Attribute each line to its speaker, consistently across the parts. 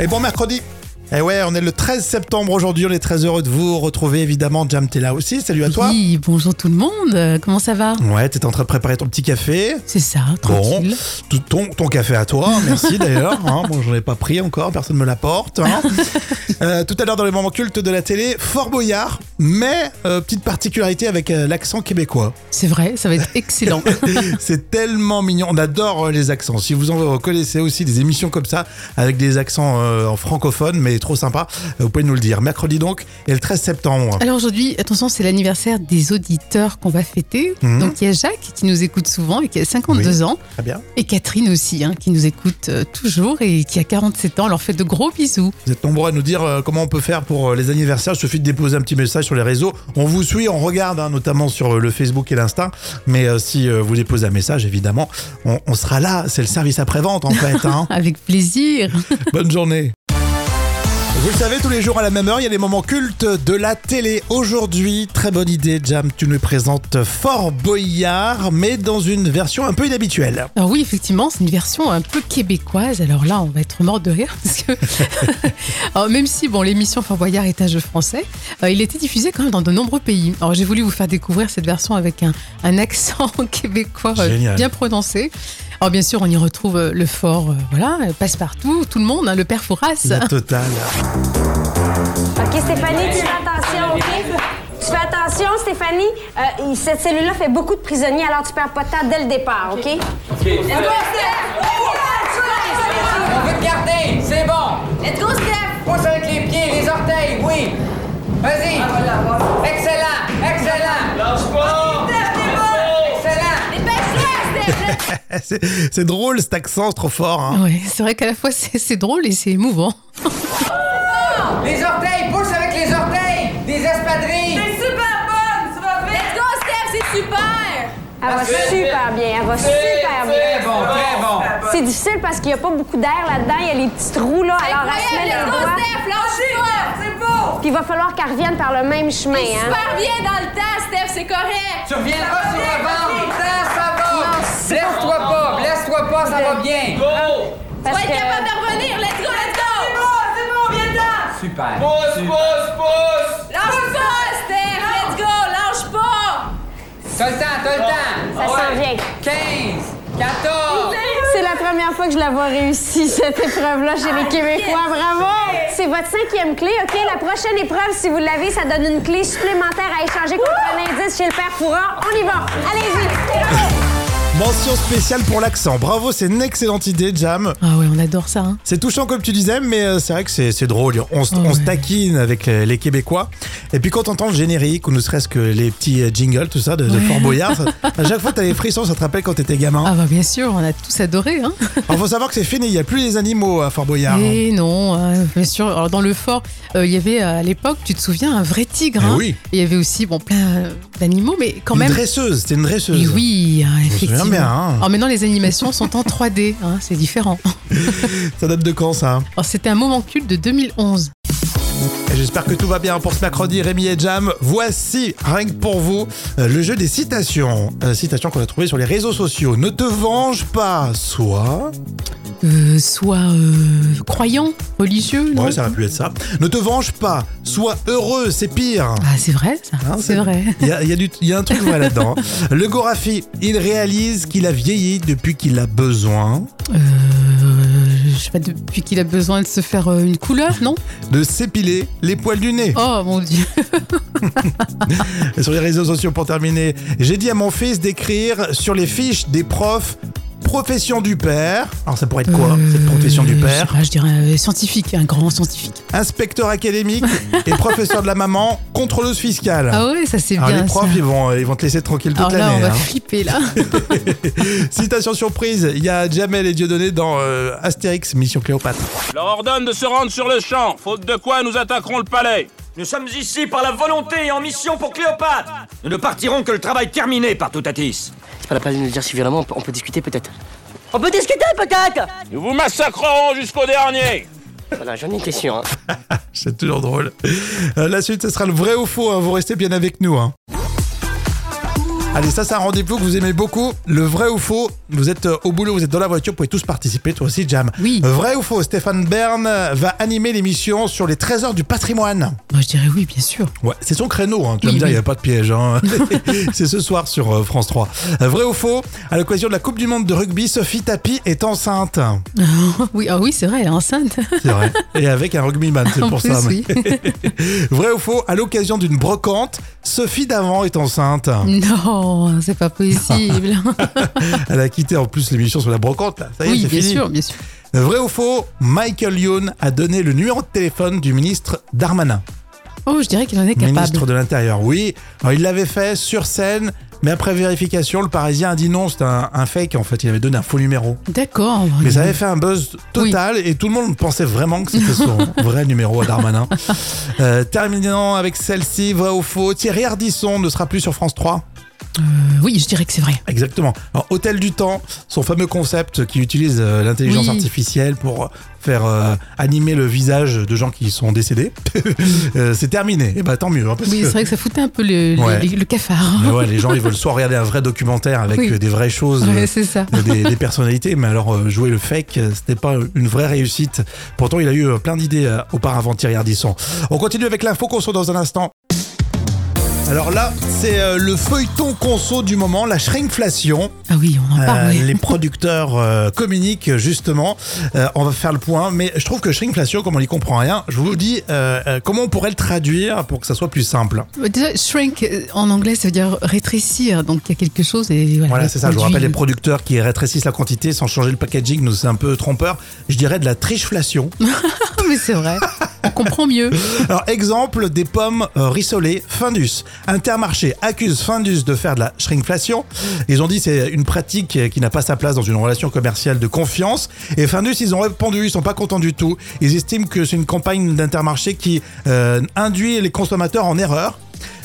Speaker 1: Et bon mercredi et Eh ouais, on est le 13 septembre aujourd'hui, on est très heureux de vous retrouver évidemment. Jam, t'es là aussi, salut à toi.
Speaker 2: Oui, bonjour tout le monde, euh, comment ça va
Speaker 1: Ouais, t'étais en train de préparer ton petit café.
Speaker 2: C'est ça,
Speaker 1: Bon,
Speaker 2: tranquille.
Speaker 1: tout- ton, ton café à toi, merci d'ailleurs. hein. bon, j'en ai pas pris encore, personne me l'apporte. hein. Euh, tout à l'heure dans les moments cultes de la télé, Fort Boyard, mais euh, petite particularité avec euh, l'accent québécois.
Speaker 2: C'est vrai, ça va être excellent.
Speaker 1: C'est tellement mignon. On adore euh, les accents. Si vous en connaissez aussi des émissions comme ça, avec des accents euh, en francophone, mais trop sympa, euh, vous pouvez nous le dire. Mercredi donc, et le 13 septembre.
Speaker 2: Alors aujourd'hui, attention, c'est l'anniversaire des auditeurs qu'on va fêter.
Speaker 1: Mhm.
Speaker 2: Donc il y a Jacques qui nous écoute souvent et qui a 52 ans,
Speaker 1: Très bien.
Speaker 2: et Catherine aussi, hein, qui nous écoute euh, toujours et qui a 47 ans. On leur fait de gros bisous.
Speaker 1: Vous êtes nombreux à nous dire euh, comment on peut faire pour euh, les anniversaires. Il suffit de déposer un petit message sur les réseaux. On vous suit, on regarde, hein, notamment sur euh, le Facebook et l'Insta. Mais euh, si euh, vous déposez un message, évidemment, on, on sera là. C'est le service après-vente, en fait. hein.
Speaker 2: Avec plaisir.
Speaker 1: Bonne journée. Vous le savez, tous les jours à la même heure, il y a les moments cultes de la télé. Aujourd'hui, très bonne idée, Jam, tu nous présentes Fort Boyard, mais dans une version un peu inhabituelle.
Speaker 2: Alors oui, effectivement, c'est une version un peu québécoise. Alors là, on va être mort de rire parce que Alors, même si bon, l'émission Fort Boyard est un jeu français, euh, il était diffusé quand même dans de nombreux pays. Alors j'ai voulu vous faire découvrir cette version avec un, un accent québécois euh,
Speaker 1: Génial.
Speaker 2: bien prononcé. Alors bien sûr, on y retrouve euh, le fort, euh, voilà, euh, passe-partout, tout le monde, hein, le père Fouras.
Speaker 1: La totale.
Speaker 3: OK, Stéphanie, tu fais attention, OK? Tu fais attention, Stéphanie. Euh, cette cellule-là fait beaucoup de prisonniers, alors tu perds pas de temps dès le départ, OK? Let's go, Steph!
Speaker 4: On veut te garder, c'est bon.
Speaker 3: Let's go, Steph!
Speaker 4: Pousse avec les pieds, les orteils, oui.
Speaker 3: Ah,
Speaker 4: Vas-y. Excellent, excellent. Lâche
Speaker 3: Ah,
Speaker 4: pas. Excellent.
Speaker 3: Dépêche-toi, Steph!
Speaker 1: C'est c'est drôle cet accent, c'est trop fort. hein.
Speaker 2: Ouais, c'est vrai qu'à la fois c'est c'est drôle et c'est émouvant.
Speaker 4: Les orteils, pousse avec les orteils. Des espadrilles.
Speaker 3: super bonne! Tu vas Let's go, Steph! C'est super! Elle va super bien, elle va super bien.
Speaker 4: Très bon, très bon.
Speaker 3: C'est difficile parce qu'il n'y a pas beaucoup d'air là-dedans, il y a les petits trous là, alors elle se met les doigts.
Speaker 5: C'est beau!
Speaker 3: Puis il va falloir qu'elle revienne par le même chemin. Hein.
Speaker 5: Super bien dans le temps, Steph, c'est correct!
Speaker 4: Tu reviendras sur le ventre. Ça, ça va. Blesse-toi pas, blesse-toi pas, ça va bien.
Speaker 5: Tu vas
Speaker 3: Parce
Speaker 5: être
Speaker 3: que-
Speaker 5: capable de revenir, let's go, let's go! C'est bon, c'est bon, viens dedans!
Speaker 4: Super.
Speaker 5: Lâche pas, Steph, let's go, lâche pas!
Speaker 4: T'as le temps, t'as le temps.
Speaker 3: Ça s'en vient.
Speaker 4: 15, 14.
Speaker 3: C'est la première fois que je la vois réussi, cette épreuve-là chez les Québécois. Bravo! C'est votre cinquième clé, OK? La prochaine épreuve, si vous l'avez, ça donne une clé supplémentaire à échanger contre un indice chez le père Fourard. On y va! Allez-y!
Speaker 1: Mention spéciale pour l'accent. Bravo, c'est une excellente idée, Jam.
Speaker 2: Ah ouais, on adore ça. hein.
Speaker 1: C'est touchant comme tu disais, mais euh, c'est vrai que c'est c'est drôle. On, se- on se
Speaker 2: Ouais.
Speaker 1: taquine avec euh, les, les Québécois. Et puis quand on entend le générique, ou ne serait-ce que les petits euh, jingles, tout ça, de, de
Speaker 2: Ouais.
Speaker 1: Fort Boyard, ça- à chaque fois, t'as les frissons, ça te rappelle quand t'étais gamin.
Speaker 2: Ah bah bien sûr, on a tous adoré. Hein.
Speaker 1: Alors, faut savoir que c'est fini, il n'y a plus les animaux à Fort Boyard. hein.
Speaker 2: Et non, euh, bien sûr. Alors dans le fort, euh, il y avait euh, à l'époque, tu te souviens, un vrai tigre.
Speaker 1: Eh
Speaker 2: hein.
Speaker 1: oui.
Speaker 2: Et Il y avait aussi bon plein euh, d'animaux, mais quand
Speaker 1: une
Speaker 2: même.
Speaker 1: dresseuse, c'était une
Speaker 2: Et
Speaker 1: dresseuse.
Speaker 2: oui, hein,
Speaker 1: me souviens
Speaker 2: effectivement.
Speaker 1: bien, hein.
Speaker 2: Alors maintenant, les animations sont en 3D, hein, c'est différent.
Speaker 1: Ça date de quand ça
Speaker 2: Alors c'était un moment culte de 2011.
Speaker 1: Et J'espère que tout va bien pour ce mercredi, Rémi et Jam. Voici, rien que pour vous, euh, le jeu des citations. Euh, citations qu'on a trouvées sur les réseaux sociaux. Ne te venge pas, soit...
Speaker 2: Euh, soit euh, croyant, religieux, non
Speaker 1: Ouais, ça aurait pu être ça. Ne te venge pas, sois heureux, c'est pire.
Speaker 2: Ah c'est vrai, ça.
Speaker 1: Hein,
Speaker 2: c'est vrai.
Speaker 1: Il y a, il y a du- il y a un truc vrai là-dedans. hein. Le Gorafi, il réalise qu'il a vieilli depuis qu'il a besoin.
Speaker 2: Euh, je sais pas depuis qu'il a besoin de se faire euh, une couleur, non
Speaker 1: de s'épiler les poils du nez.
Speaker 2: Oh mon dieu. Oh.
Speaker 1: Et Sur les réseaux sociaux pour terminer, j'ai dit à mon fils d'écrire sur les fiches des profs profession du père. Alors ça pourrait être quoi cette profession du
Speaker 2: Euh, Je,
Speaker 1: père
Speaker 2: sais pas, je dirais euh, scientifique, un grand scientifique.
Speaker 1: Inspecteur académique et professeur de la maman, contrôleuse fiscale.
Speaker 2: Ah ouais, ça c'est
Speaker 1: Alors
Speaker 2: bien.
Speaker 1: les profs,
Speaker 2: ça.
Speaker 1: ils vont, ils vont te laisser tranquille toute
Speaker 2: Alors là, Oh on
Speaker 1: l'année.
Speaker 2: va
Speaker 1: hein.
Speaker 2: flipper là.
Speaker 1: Citation surprise, il y a Jamel et Dieudonné dans euh, Astérix, Mission Cléopâtre.
Speaker 6: Je leur ordonne de se rendre sur le champ, faute de quoi nous attaquerons le palais.
Speaker 7: Nous sommes ici par la volonté et en mission pour Cléopâtre. Nous ne partirons que le travail terminé par Toutatis.
Speaker 8: C'est pas la peine de le dire si violemment, on peut- on peut discuter peut-être.
Speaker 9: On peut discuter peut-être
Speaker 6: Nous vous massacrerons jusqu'au dernier.
Speaker 8: Voilà, j'en ai une question. hein.
Speaker 1: C'est toujours drôle. Euh, la suite, ce sera le vrai ou faux. hein. Vous restez bien avec nous. hein. Allez, ça, c'est un rendez-vous que vous aimez beaucoup. Le vrai ou faux, vous êtes euh, au boulot, vous êtes dans la voiture, vous pouvez tous participer, toi aussi, Jam.
Speaker 2: Oui.
Speaker 1: Vrai ou faux, Stéphane Bern euh, va animer l'émission sur les trésors du patrimoine.
Speaker 2: Moi, je dirais oui, bien sûr.
Speaker 1: Ouais, c'est son créneau, hein. tu vas
Speaker 2: Oui,
Speaker 1: me dire, il
Speaker 2: oui.
Speaker 1: n'y a pas de piège. hein. c'est ce soir sur euh, France 3. Euh, Vrai ou faux, à l'occasion de la Coupe du Monde de rugby, Sophie Tapi est enceinte.
Speaker 2: oui, ah oui, c'est vrai, elle est enceinte.
Speaker 1: C'est vrai. Et avec un rugbyman, c'est
Speaker 2: En
Speaker 1: pour
Speaker 2: plus,
Speaker 1: ça.
Speaker 2: oui.
Speaker 1: Vrai ou faux, à l'occasion d'une brocante, Sophie Davant est enceinte.
Speaker 2: Mm. non, c'est pas possible.
Speaker 1: Elle a quitté en plus l'émission sur la brocante. là. Ça y est,
Speaker 2: oui,
Speaker 1: c'est
Speaker 2: bien
Speaker 1: fini.
Speaker 2: sûr, bien sûr.
Speaker 1: Vrai ou faux, Michael Youn a donné le numéro de téléphone du ministre Darmanin,
Speaker 2: Oh, je dirais qu'il en est
Speaker 1: ministre
Speaker 2: capable.
Speaker 1: de l'Intérieur. Oui, Alors, il l'avait fait sur scène, mais après vérification, le Parisien a dit non, c'était un, un fake en fait, il avait donné un faux numéro.
Speaker 2: D'accord.
Speaker 1: Mais ça avait fait un buzz total et tout le monde pensait vraiment que c'était son vrai numéro à Darmanin. Euh, terminant avec celle-ci, vrai ou faux, Thierry Ardisson ne sera plus sur France 3.
Speaker 2: Euh, Oui, je dirais que c'est vrai.
Speaker 1: Exactement. Alors, Hôtel du Temps, son fameux concept qui utilise euh, l'intelligence
Speaker 2: Oui.
Speaker 1: artificielle pour faire euh, animer le visage de gens qui sont décédés, Euh, c'est terminé. Et bah tant mieux. hein, parce
Speaker 2: Oui,
Speaker 1: que-
Speaker 2: c'est vrai que ça foutait un peu le, le-
Speaker 1: Ouais.
Speaker 2: le- le cafard.
Speaker 1: Mais ouais, les gens, ils veulent soit regarder un vrai documentaire avec
Speaker 2: Oui.
Speaker 1: euh, des vraies choses.
Speaker 2: Ouais,
Speaker 1: euh,
Speaker 2: c'est ça.
Speaker 1: des, des personnalités, mais alors euh, jouer le fake, euh, c'était pas une vraie réussite. Pourtant, il a eu euh, plein d'idées euh, auparavant, Thierry Ardisson. On continue avec l'info conso dans un instant. Alors là, c'est euh, le feuilleton conso du moment, la shrinkflation.
Speaker 2: Ah oui, on en parle.
Speaker 1: Euh,
Speaker 2: ouais.
Speaker 1: les producteurs euh, communiquent justement. Euh, on va faire le point, mais je trouve que shrinkflation, comme on n'y comprend rien, je vous dis euh, euh, comment on pourrait le traduire pour que ça soit plus simple.
Speaker 2: Mais Déjà, shrink euh, en anglais, ça veut dire rétrécir. Donc il y a quelque chose et voilà.
Speaker 1: Voilà,
Speaker 2: le
Speaker 1: c'est ça. Je vous
Speaker 2: produit-
Speaker 1: rappelle les producteurs qui rétrécissent la quantité sans changer le packaging, nous c'est un peu trompeur. Je dirais de la tricheflation.
Speaker 2: Ah, mais c'est vrai. On comprend mieux.
Speaker 1: Alors exemple des pommes euh, rissolées Findus. Intermarché accuse Findus de faire de la shrinkflation. Ils ont dit c'est une pratique qui n'a pas sa place dans une relation commerciale de confiance. Et Findus ils ont répondu ils sont pas contents du tout. Ils estiment que c'est une campagne d'Intermarché qui euh, induit les consommateurs en erreur.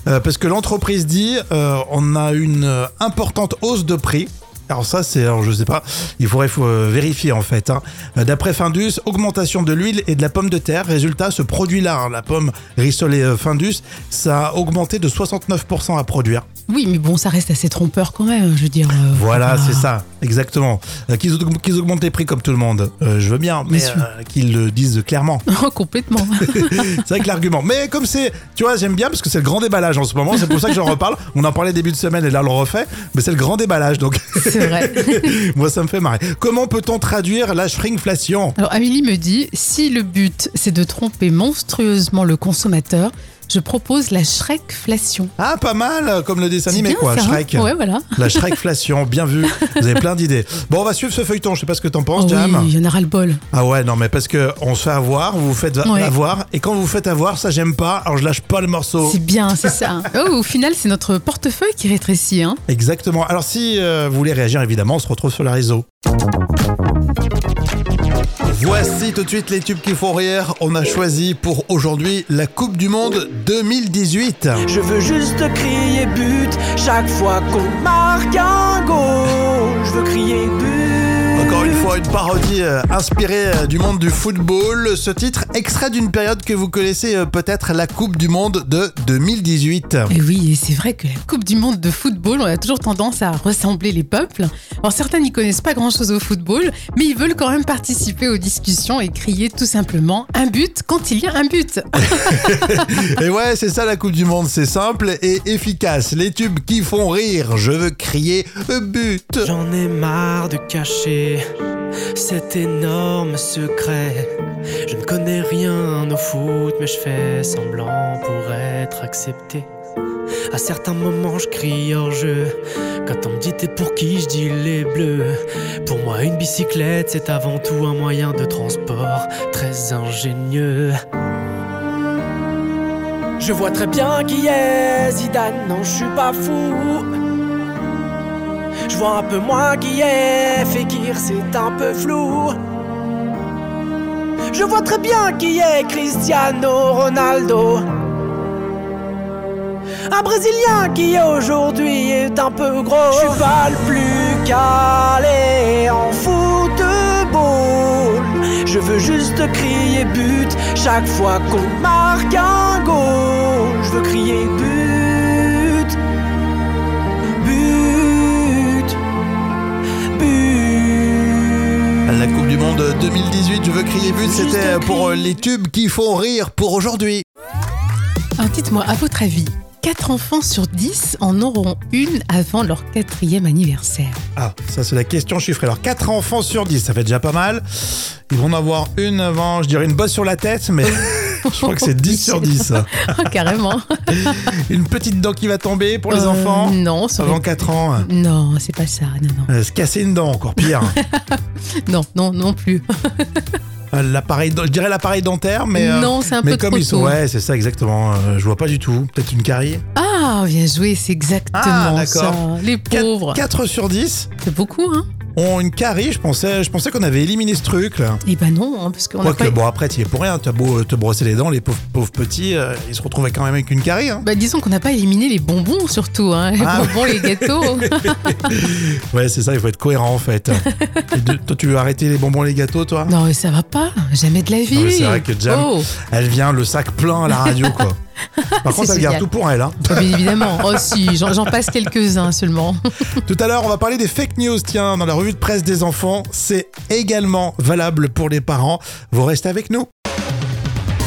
Speaker 1: Euh, parce que l'entreprise dit euh, on a une euh, importante hausse de prix. Alors ça, c'est, alors je sais pas, il faudrait faut, euh, vérifier en fait. hein. Euh, D'après Findus, augmentation de l'huile et de la pomme de terre. Résultat, ce produit-là, hein, la pomme rissolée euh, Findus, ça a augmenté de 69% à produire.
Speaker 2: Oui, mais bon, ça reste assez trompeur quand même. Je veux dire. euh,
Speaker 1: Voilà,
Speaker 2: ah.
Speaker 1: c'est ça, exactement. Euh, qu'ils, aug- qu'ils augmentent les prix comme tout le monde, euh, je veux bien, mais
Speaker 2: Bien sûr.
Speaker 1: euh, qu'ils le disent clairement.
Speaker 2: Oh, complètement.
Speaker 1: c'est vrai que l'argument. Mais comme c'est, tu vois, j'aime bien parce que c'est le grand déballage en ce moment. C'est pour ça que j'en reparle. On en parlait début de semaine et là on le refait. Mais c'est le grand déballage, donc
Speaker 2: C'est vrai.
Speaker 1: moi ça me fait marrer. Comment peut-on traduire la shrinkflation
Speaker 2: Alors Amélie me dit, si le but c'est de tromper monstrueusement le consommateur, je propose la shrekflation.
Speaker 1: Ah, pas mal, comme le dessin
Speaker 2: C'est
Speaker 1: animé
Speaker 2: bien,
Speaker 1: quoi,
Speaker 2: ça, hein
Speaker 1: Shrek.
Speaker 2: Ouais, voilà.
Speaker 1: La Shrekflation, bien vu. Vous avez plein d'idées. Bon, on va suivre ce feuilleton. Je sais pas ce que t'en penses,
Speaker 2: Oh
Speaker 1: Jam.
Speaker 2: oui, il y en aura le bol.
Speaker 1: Ah ouais, non, mais parce que on se fait avoir, vous vous faites va-
Speaker 2: Ouais.
Speaker 1: avoir, et quand vous vous faites avoir, ça j'aime pas. Alors je lâche pas le morceau.
Speaker 2: C'est bien, c'est ça. Oh, au final, c'est notre portefeuille qui rétrécit. Hein.
Speaker 1: Exactement. Alors si euh, vous voulez réagir, évidemment, on se retrouve sur la réseau. Voici tout de suite les tubes qui font rire. On a choisi pour aujourd'hui la Coupe du Monde 2018.
Speaker 10: Je veux juste crier but chaque fois qu'on marque un goal. Je veux crier but.
Speaker 1: Encore une fois, une parodie euh, inspirée euh, du monde du football. Ce titre, extrait d'une période que vous connaissez euh, peut-être, la Coupe du Monde de 2018.
Speaker 2: Et oui, et c'est vrai que la Coupe du Monde de football, on a toujours tendance à ressembler les peuples. Alors certains n'y connaissent pas grand-chose au football, mais ils veulent quand même participer aux discussions et crier tout simplement un but quand il y a un but.
Speaker 1: Et ouais, c'est ça la Coupe du Monde, c'est simple et efficace. Les tubes qui font rire, je veux crier euh, but.
Speaker 10: J'en ai marre de cacher cet énorme secret. Je ne connais rien au foot, mais je fais semblant pour être accepté. À certains moments, je crie hors jeu. Quand on me dit t'es pour qui, je dis les bleus. Pour moi, une bicyclette, c'est avant tout un moyen de transport très ingénieux. Je vois très bien qui est Zidane, non, je suis pas fou. Je vois un peu moins qui est Fekir, c'est un peu flou. Je vois très bien qui est Cristiano Ronaldo. Un Brésilien qui aujourd'hui est un peu gros. Je suis pas le plus calé en football. Je veux juste crier but chaque fois qu'on marque un goal. Je veux crier but. But.
Speaker 1: Monde 2018. Je veux crier but. C'était pour euh, les tubes qui font rire pour aujourd'hui.
Speaker 2: Alors, dites-moi, à votre avis, 4 enfants sur 10 en auront une avant leur quatrième anniversaire.
Speaker 1: Ah, ça c'est la question chiffrée. Alors 4 enfants sur 10, ça fait déjà pas mal. Ils vont en avoir une avant, je dirais une bosse sur la tête, mais je crois que c'est 10 sur 10.
Speaker 2: Oh, Carrément.
Speaker 1: Une petite dent qui va tomber pour les
Speaker 2: Euh,
Speaker 1: enfants
Speaker 2: Non, ça
Speaker 1: avant
Speaker 2: aurait-
Speaker 1: 4 ans.
Speaker 2: Non, c'est pas ça. Non, non.
Speaker 1: Euh, se casser une dent, encore pire.
Speaker 2: Non, non, non plus.
Speaker 1: Euh, l'appareil, je dirais l'appareil dentaire, mais. euh,
Speaker 2: non, c'est un
Speaker 1: mais
Speaker 2: peu
Speaker 1: comme
Speaker 2: trop
Speaker 1: ils sont,
Speaker 2: tôt.
Speaker 1: ouais, c'est ça exactement. Euh, je vois pas du tout. Peut-être une carie.
Speaker 2: Ah, bien joué, c'est exactement
Speaker 1: Ah, d'accord.
Speaker 2: ça. Les pauvres.
Speaker 1: 4 sur 10
Speaker 2: C'est beaucoup, hein
Speaker 1: ont une carie. Je pensais, je pensais qu'on avait éliminé ce truc. Là.
Speaker 2: Eh ben non, hein, parce qu'on n'a
Speaker 1: Quoique,
Speaker 2: pas...
Speaker 1: bon, après, tu es pour rien. Tu as beau euh, te brosser les dents, les pauvres, pauvres petits, euh, ils se retrouvaient quand même avec une carie. hein.
Speaker 2: Bah, disons qu'on n'a pas éliminé les bonbons surtout, hein. les
Speaker 1: Ah,
Speaker 2: bonbons, les gâteaux.
Speaker 1: Ouais, c'est ça, il faut être cohérent en fait. Et de- toi, tu veux arrêter les bonbons, les gâteaux, toi
Speaker 2: non mais ça va pas, jamais de la vie.
Speaker 1: mais c'est vrai que Jam-
Speaker 2: Oh,
Speaker 1: Elle vient le sac plein à la radio, quoi. Par contre,
Speaker 2: C'est
Speaker 1: elle garde
Speaker 2: génial.
Speaker 1: tout pour elle. hein.
Speaker 2: bah, bien évidemment. Oh si, j'en j'en passe quelques-uns seulement.
Speaker 1: Tout à l'heure, on va parler des fake news. Tiens, dans la revue de presse des enfants, c'est également valable pour les parents. Vous restez avec nous.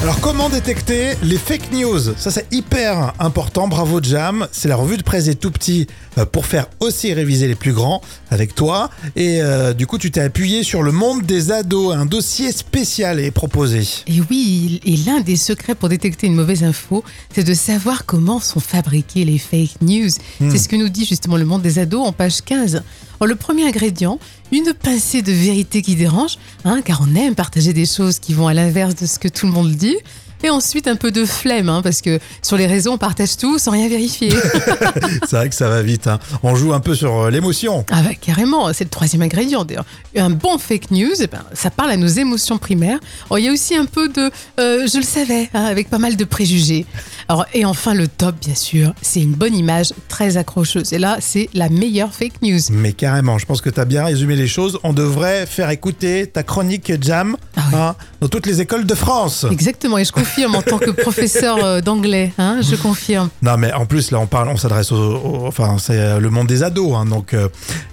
Speaker 1: Alors, comment détecter les fake news Ça, c'est hyper important. Bravo, Jam. C'est la revue de presse des tout petits euh, pour faire aussi réviser les plus grands avec toi. Et euh, du coup, tu t'es appuyé sur le monde des ados. Un dossier spécial est proposé.
Speaker 2: Et oui, et l'un des secrets pour détecter une mauvaise info, c'est de savoir comment sont fabriquées les fake news. C'est ce que nous dit justement le monde des ados en page 15. Alors, le premier ingrédient, une pincée de vérité qui dérange, hein, car on aime partager des choses qui vont à l'inverse de ce que tout le monde dit. Et ensuite, un peu de flemme, hein, parce que sur les réseaux, on partage tout sans rien vérifier.
Speaker 1: c'est vrai que ça va vite. hein. On joue un peu sur euh, l'émotion.
Speaker 2: Ah bah carrément, c'est le troisième ingrédient d'ailleurs. Un bon fake news, eh ben, ça parle à nos émotions primaires. Oh, Il y a aussi un peu de euh, je le savais, hein, avec pas mal de préjugés. Alors, et enfin le top bien sûr, c'est une bonne image très accrocheuse. Et là, c'est la meilleure fake news.
Speaker 1: Mais carrément, je pense que tu as bien résumé les choses. On devrait faire écouter ta chronique Jam
Speaker 2: Ah ouais.
Speaker 1: hein, dans toutes les écoles de France.
Speaker 2: Exactement, et je confirme en tant que professeur euh, d'anglais, hein, je confirme.
Speaker 1: Non, mais en plus, là, on parle, on s'adresse aux, aux- Enfin, c'est euh, le monde des ados. hein, donc, euh,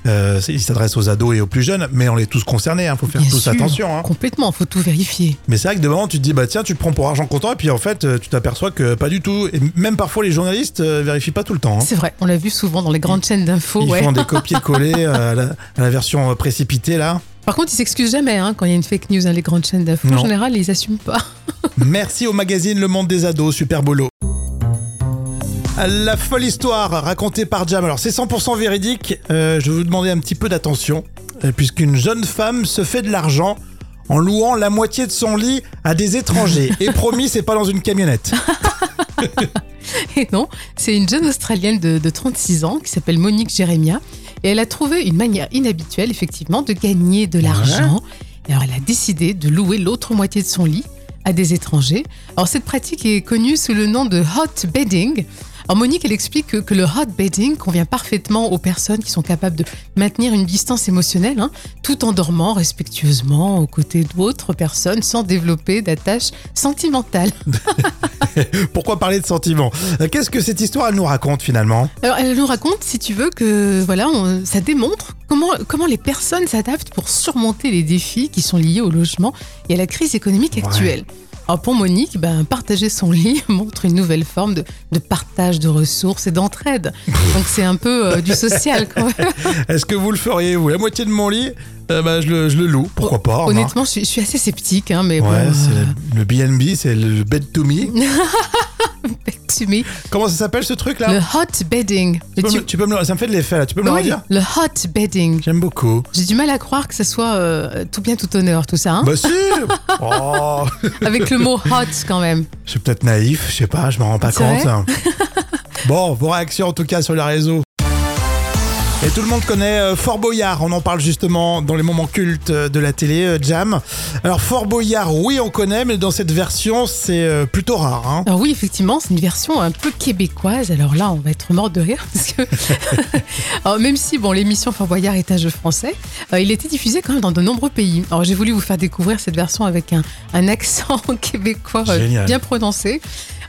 Speaker 1: euh, c'est- il s'adresse aux ados et aux plus jeunes, mais on est tous concernés. Il faut faire
Speaker 2: Bien
Speaker 1: tous
Speaker 2: sûr,
Speaker 1: attention. hein.
Speaker 2: Complètement, faut tout vérifier.
Speaker 1: Mais c'est vrai que de moment, tu te dis, bah tiens, tu te prends pour argent comptant, et puis en fait, euh, tu t'aperçois que pas du tout. Et même parfois, les journalistes euh, vérifient pas tout le temps. hein.
Speaker 2: C'est vrai, on l'a vu souvent dans les grandes chaînes d'infos.
Speaker 1: Ils
Speaker 2: ouais.
Speaker 1: font des copier-coller euh, à, la, à la version euh, précipitée, là.
Speaker 2: Par contre, ils s'excusent jamais hein, quand il y a une fake news, hein, les grandes chaînes d'infos. En
Speaker 1: Non.
Speaker 2: général, ils assument pas.
Speaker 1: Merci au magazine Le Monde des Ados, super bolo. La folle histoire racontée par Jam. Alors c'est 100% véridique, Euh, je vais vous demander un petit peu d'attention, euh, puisqu'une jeune femme se fait de l'argent en louant la moitié de son lit à des étrangers. Et promis, c'est pas dans une camionnette.
Speaker 2: Et non, c'est une jeune Australienne de, de 36 ans qui s'appelle Monique Jérémia. Et elle a trouvé une manière inhabituelle, effectivement, de gagner de l'argent. Et alors, elle a décidé de louer l'autre moitié de son lit à des étrangers. Alors, cette pratique est connue sous le nom de hot bedding. Alors, Monique, elle explique que, que le hot bedding convient parfaitement aux personnes qui sont capables de maintenir une distance émotionnelle, hein, tout en dormant respectueusement aux côtés d'autres personnes sans développer d'attache sentimentale.
Speaker 1: Pourquoi parler de sentiments Euh, Qu'est-ce que cette histoire elle nous raconte finalement
Speaker 2: Alors, elle nous raconte, si tu veux, que voilà, on- ça démontre comment, comment les personnes s'adaptent pour surmonter les défis qui sont liés au logement et à la crise économique
Speaker 1: Ouais.
Speaker 2: actuelle. Alors pour Monique, ben, partager son lit montre une nouvelle forme de, de partage de ressources et d'entraide. Donc c'est un peu euh, du social quand même.
Speaker 1: Est-ce que vous le feriez, vous La moitié de mon lit Euh, bah, je, le, je le loue, pourquoi pas remarque.
Speaker 2: Honnêtement, je, suis- je suis assez sceptique, hein, mais
Speaker 1: Ouais,
Speaker 2: bon.
Speaker 1: c'est
Speaker 2: euh,
Speaker 1: le- le BNB, c'est le bed to me.
Speaker 2: tu mets
Speaker 1: Comment ça s'appelle ce truc là
Speaker 2: le hot bedding.
Speaker 1: Tu
Speaker 2: Mais
Speaker 1: peux,
Speaker 2: tu- Bah
Speaker 1: me- tu peux me le- ça me fait de l'effet là, tu peux me le
Speaker 2: Oui,
Speaker 1: redire
Speaker 2: le hot bedding.
Speaker 1: J'aime beaucoup.
Speaker 2: J'ai du mal à croire que ce soit euh, tout bien, tout honneur, tout ça. hein.
Speaker 1: Bah si Oh,
Speaker 2: Avec le mot hot quand même.
Speaker 1: Je suis peut-être naïf, je sais pas, je m'en rends pas
Speaker 2: C'est vrai
Speaker 1: compte. bon, vos réactions en tout cas sur les réseaux. Et tout le monde connaît euh, Fort Boyard, on en parle justement dans les moments cultes euh, de la télé, euh, Jam. Alors Fort Boyard, oui on connaît, mais dans cette version c'est euh, plutôt rare. hein.
Speaker 2: Alors oui, effectivement, c'est une version un peu québécoise. Alors là, on va être mort de rire parce que Alors, même si bon, l'émission Fort Boyard est un jeu français, euh, il était diffusé quand même dans de nombreux pays. Alors j'ai voulu vous faire découvrir cette version avec un, un accent québécois euh,
Speaker 1: Génial.
Speaker 2: bien prononcé.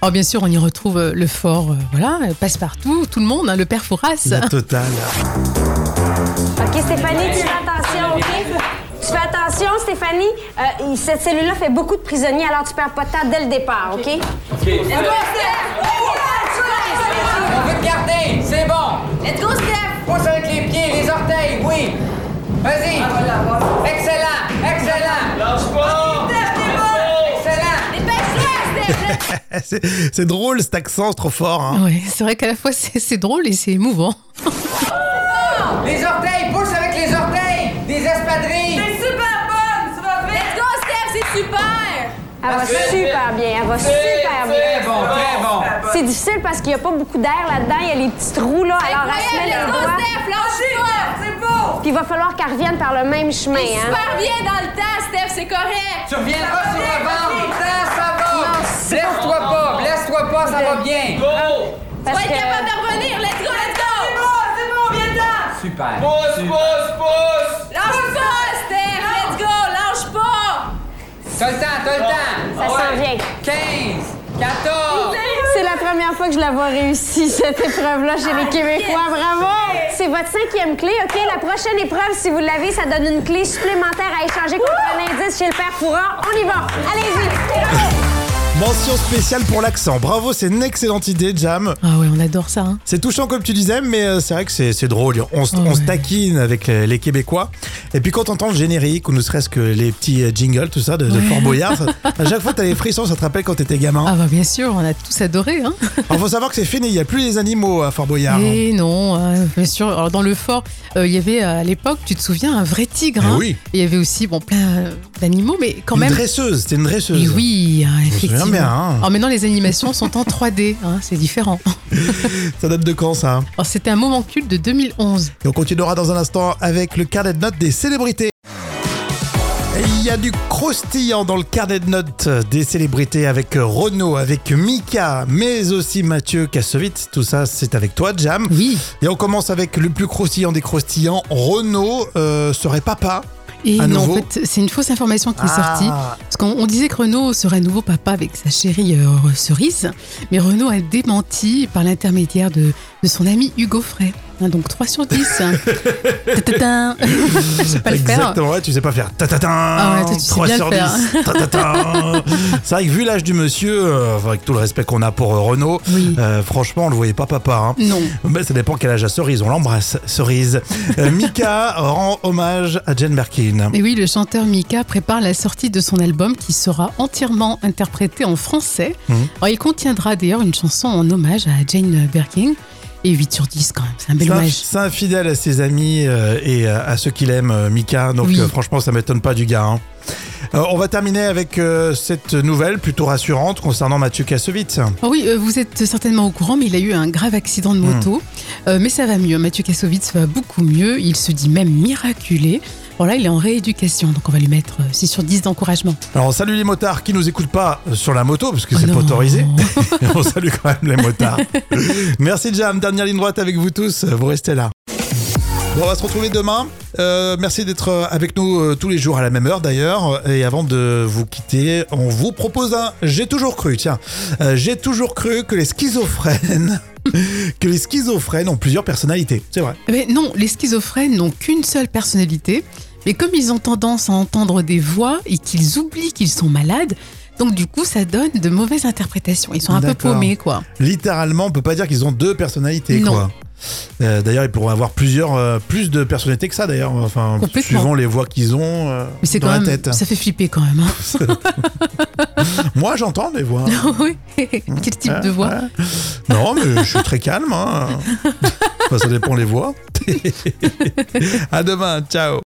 Speaker 2: Alors bien sûr, on y retrouve euh, le fort, euh, voilà, euh, passe-partout, tout le monde, hein, le père Fouras.
Speaker 1: La totale.
Speaker 3: OK, Stéphanie, tu fais attention, OK? Tu fais attention, Stéphanie. euh, cette cellule-là fait beaucoup de prisonniers, alors tu perds pas de temps dès le départ, OK? Ah,
Speaker 5: Let's go, Steph!
Speaker 4: On veut te garder, c'est bon.
Speaker 5: Let's go, Steph!
Speaker 4: Pousse avec les pieds, les orteils, oui. Vas-y.
Speaker 5: Ah,
Speaker 4: Excellent, excellent. Lâche pas.
Speaker 5: Ah, Steph, t'es bonne!
Speaker 4: Excellent.
Speaker 5: Dépêche-toi, Steph! Let's
Speaker 1: c'est c'est drôle cet accent, c'est trop fort. hein.
Speaker 2: Ouais, c'est vrai qu'à la fois c'est c'est drôle et c'est émouvant.
Speaker 4: Les orteils, pousse avec les orteils. Des espadrilles.
Speaker 5: T'es super bonne! Tu vas vite! Let's go, Steph! C'est super!
Speaker 3: Elle va
Speaker 4: Parfait.
Speaker 3: super bien, elle va super bien.
Speaker 4: Très bon, très bon.
Speaker 3: C'est difficile parce qu'il n'y a pas beaucoup d'air là-dedans, il y a les petits trous, là, alors elle se met
Speaker 5: Incroyable!
Speaker 3: les
Speaker 5: Let's go,
Speaker 3: doigts.
Speaker 5: Steph! Lâche-toi! C'est beau!
Speaker 3: Puis il va falloir qu'elle revienne par le même chemin, hein?
Speaker 5: Super bien dans le temps, Steph! C'est correct!
Speaker 4: Tu reviendras sur le ventre. Ça, ça
Speaker 3: Non,
Speaker 4: va.
Speaker 3: c'est
Speaker 4: Blesse-toi pas, blesse-toi pas, ça va bien.
Speaker 5: Tu vas
Speaker 3: Parce
Speaker 5: être
Speaker 3: que-
Speaker 5: capable de revenir! Let's go, let's go! C'est bon, c'est bon, viens dedans!
Speaker 4: Super.
Speaker 5: Lâche pas, Steph! Let's go! Lâche pas!
Speaker 4: T'as le temps, t'as le temps.
Speaker 3: Ça s'en vient.
Speaker 4: 15, 14.
Speaker 3: C'est la première fois que je la vois réussie, cette épreuve-là, chez
Speaker 5: Ah,
Speaker 3: les Québécois. Bravo! C'est votre cinquième clé, OK? La prochaine épreuve, si vous l'avez, ça donne une clé supplémentaire à échanger contre un indice chez le père Fourard. On y va! Allez-y!
Speaker 1: Mention spéciale pour l'accent. Bravo, c'est une excellente idée, Jam.
Speaker 2: Ah ouais, on adore ça. hein.
Speaker 1: C'est touchant comme tu disais, mais euh, c'est vrai que c'est c'est drôle. On, se- on se taquine avec euh, les Québécois. Et puis quand on entend le générique, ou ne serait-ce que les petits euh, jingles, tout ça, de, de Fort Boyard, ça- à chaque fois t'as les frissons, ça te rappelle quand t'étais gamin.
Speaker 2: Ah bah bien sûr, on a tous adoré. Hein.
Speaker 1: Alors faut savoir que c'est fini, il n'y a plus les animaux à Fort Boyard.
Speaker 2: Et non, euh, bien sûr. Alors dans le fort, euh, il y avait euh, à l'époque, tu te souviens, un vrai tigre.
Speaker 1: Eh
Speaker 2: hein.
Speaker 1: oui.
Speaker 2: Il y avait aussi bon plein euh, d'animaux, mais quand
Speaker 1: une
Speaker 2: même.
Speaker 1: dresseuse, c'était une dresseuse.
Speaker 2: Et oui, hein,
Speaker 1: me souviens
Speaker 2: effectivement.
Speaker 1: bien, hein.
Speaker 2: Alors maintenant, les animations sont en 3D, hein, c'est différent.
Speaker 1: Ça date de quand ça hein
Speaker 2: Alors c'était un moment culte de 2011.
Speaker 1: Et on continuera dans un instant avec le carnet de notes des célébrités. Et Il y a du croustillant dans le carnet de notes des célébrités avec Renaud, avec Mika, mais aussi Mathieu Kassovitz. Tout ça, c'est avec toi, Jam.
Speaker 2: Oui.
Speaker 1: Et on commence avec le plus croustillant des croustillants. Renaud euh, serait papa.
Speaker 2: Et
Speaker 1: À
Speaker 2: non,
Speaker 1: nouveau
Speaker 2: en fait, c'est une fausse information qui est
Speaker 1: Ah.
Speaker 2: sortie. Parce qu'on on disait que Renaud serait nouveau papa avec sa chérie euh, Cerise, mais Renaud a démenti par l'intermédiaire de, de son ami Hugo Frey. Hein, donc 3 sur 10. Ta-ta-ta. Je sais pas le faire.
Speaker 1: Exactement, ouais, tu sais pas faire. Ta -ta -ta,
Speaker 2: Ah ouais, toi, tu sais
Speaker 1: 3
Speaker 2: bien
Speaker 1: sur
Speaker 2: le faire.
Speaker 1: 10. Ta -ta -ta. c'est vrai que vu l'âge du monsieur, euh, enfin, avec tout le respect qu'on a pour euh, Renaud,
Speaker 2: Oui.
Speaker 1: euh, franchement, on le voyait pas papa. hein.
Speaker 2: Non.
Speaker 1: Ben, ça dépend quel âge a Cerise, on l'embrasse, Cerise. Euh, Mika rend hommage à Jane Birkin.
Speaker 2: Et oui, le chanteur Mika prépare la sortie de son album qui sera entièrement interprété en français. Alors, il contiendra d'ailleurs une chanson en hommage à Jane Birkin. Et 8 sur 10 quand même, c'est un bel
Speaker 1: C'est un-
Speaker 2: hommage.
Speaker 1: C'est infidèle à ses amis euh, et euh, à ceux qu'il aime, euh, Mika. Donc
Speaker 2: Oui.
Speaker 1: euh, franchement, ça m'étonne pas du gars. hein. Euh, on va terminer avec euh, cette nouvelle plutôt rassurante concernant Mathieu Kassovitz.
Speaker 2: Ah oui, euh, vous êtes certainement au courant, mais il a eu un grave accident de moto. Euh, mais ça va mieux. Mathieu Kassovitz va beaucoup mieux. Il se dit même miraculé. Bon, là, il est en rééducation, donc on va lui mettre euh, 6 sur 10 d'encouragement.
Speaker 1: Alors on salue les motards qui nous écoutent pas sur la moto parce que
Speaker 2: Oh
Speaker 1: c'est pas
Speaker 2: non.
Speaker 1: autorisé. on salue quand même les motards. Merci Jam, dernière ligne droite avec vous tous, vous restez là. Bon, on va se retrouver demain. Euh, merci d'être euh, avec nous euh, tous les jours à la même heure d'ailleurs. Et avant de vous quitter, on vous propose un. J'ai toujours cru, tiens, Euh, j'ai toujours cru que les schizophrènes, que les schizophrènes ont plusieurs personnalités. C'est vrai.
Speaker 2: Mais non, les schizophrènes n'ont qu'une seule personnalité. Mais comme ils ont tendance à entendre des voix et qu'ils oublient qu'ils sont malades, donc du coup, ça donne de mauvaises interprétations. Ils sont un peu
Speaker 1: D'accord.
Speaker 2: paumés, quoi.
Speaker 1: Littéralement, on peut pas dire qu'ils ont deux personnalités.
Speaker 2: Non.
Speaker 1: quoi. Euh, d'ailleurs, ils pourront avoir plusieurs, euh, plus de personnalités que ça, d'ailleurs. Enfin,
Speaker 2: Complètement.
Speaker 1: suivant les voix qu'ils ont euh,
Speaker 2: Mais c'est
Speaker 1: dans
Speaker 2: quand
Speaker 1: la
Speaker 2: même.
Speaker 1: tête.
Speaker 2: Ça fait flipper quand même. hein.
Speaker 1: Moi, j'entends des voix.
Speaker 2: oui. Quel type de voix
Speaker 1: Mmh. Ouais. Non, mais je suis très calme. hein. Enfin, ça dépend les voix. à demain. Ciao.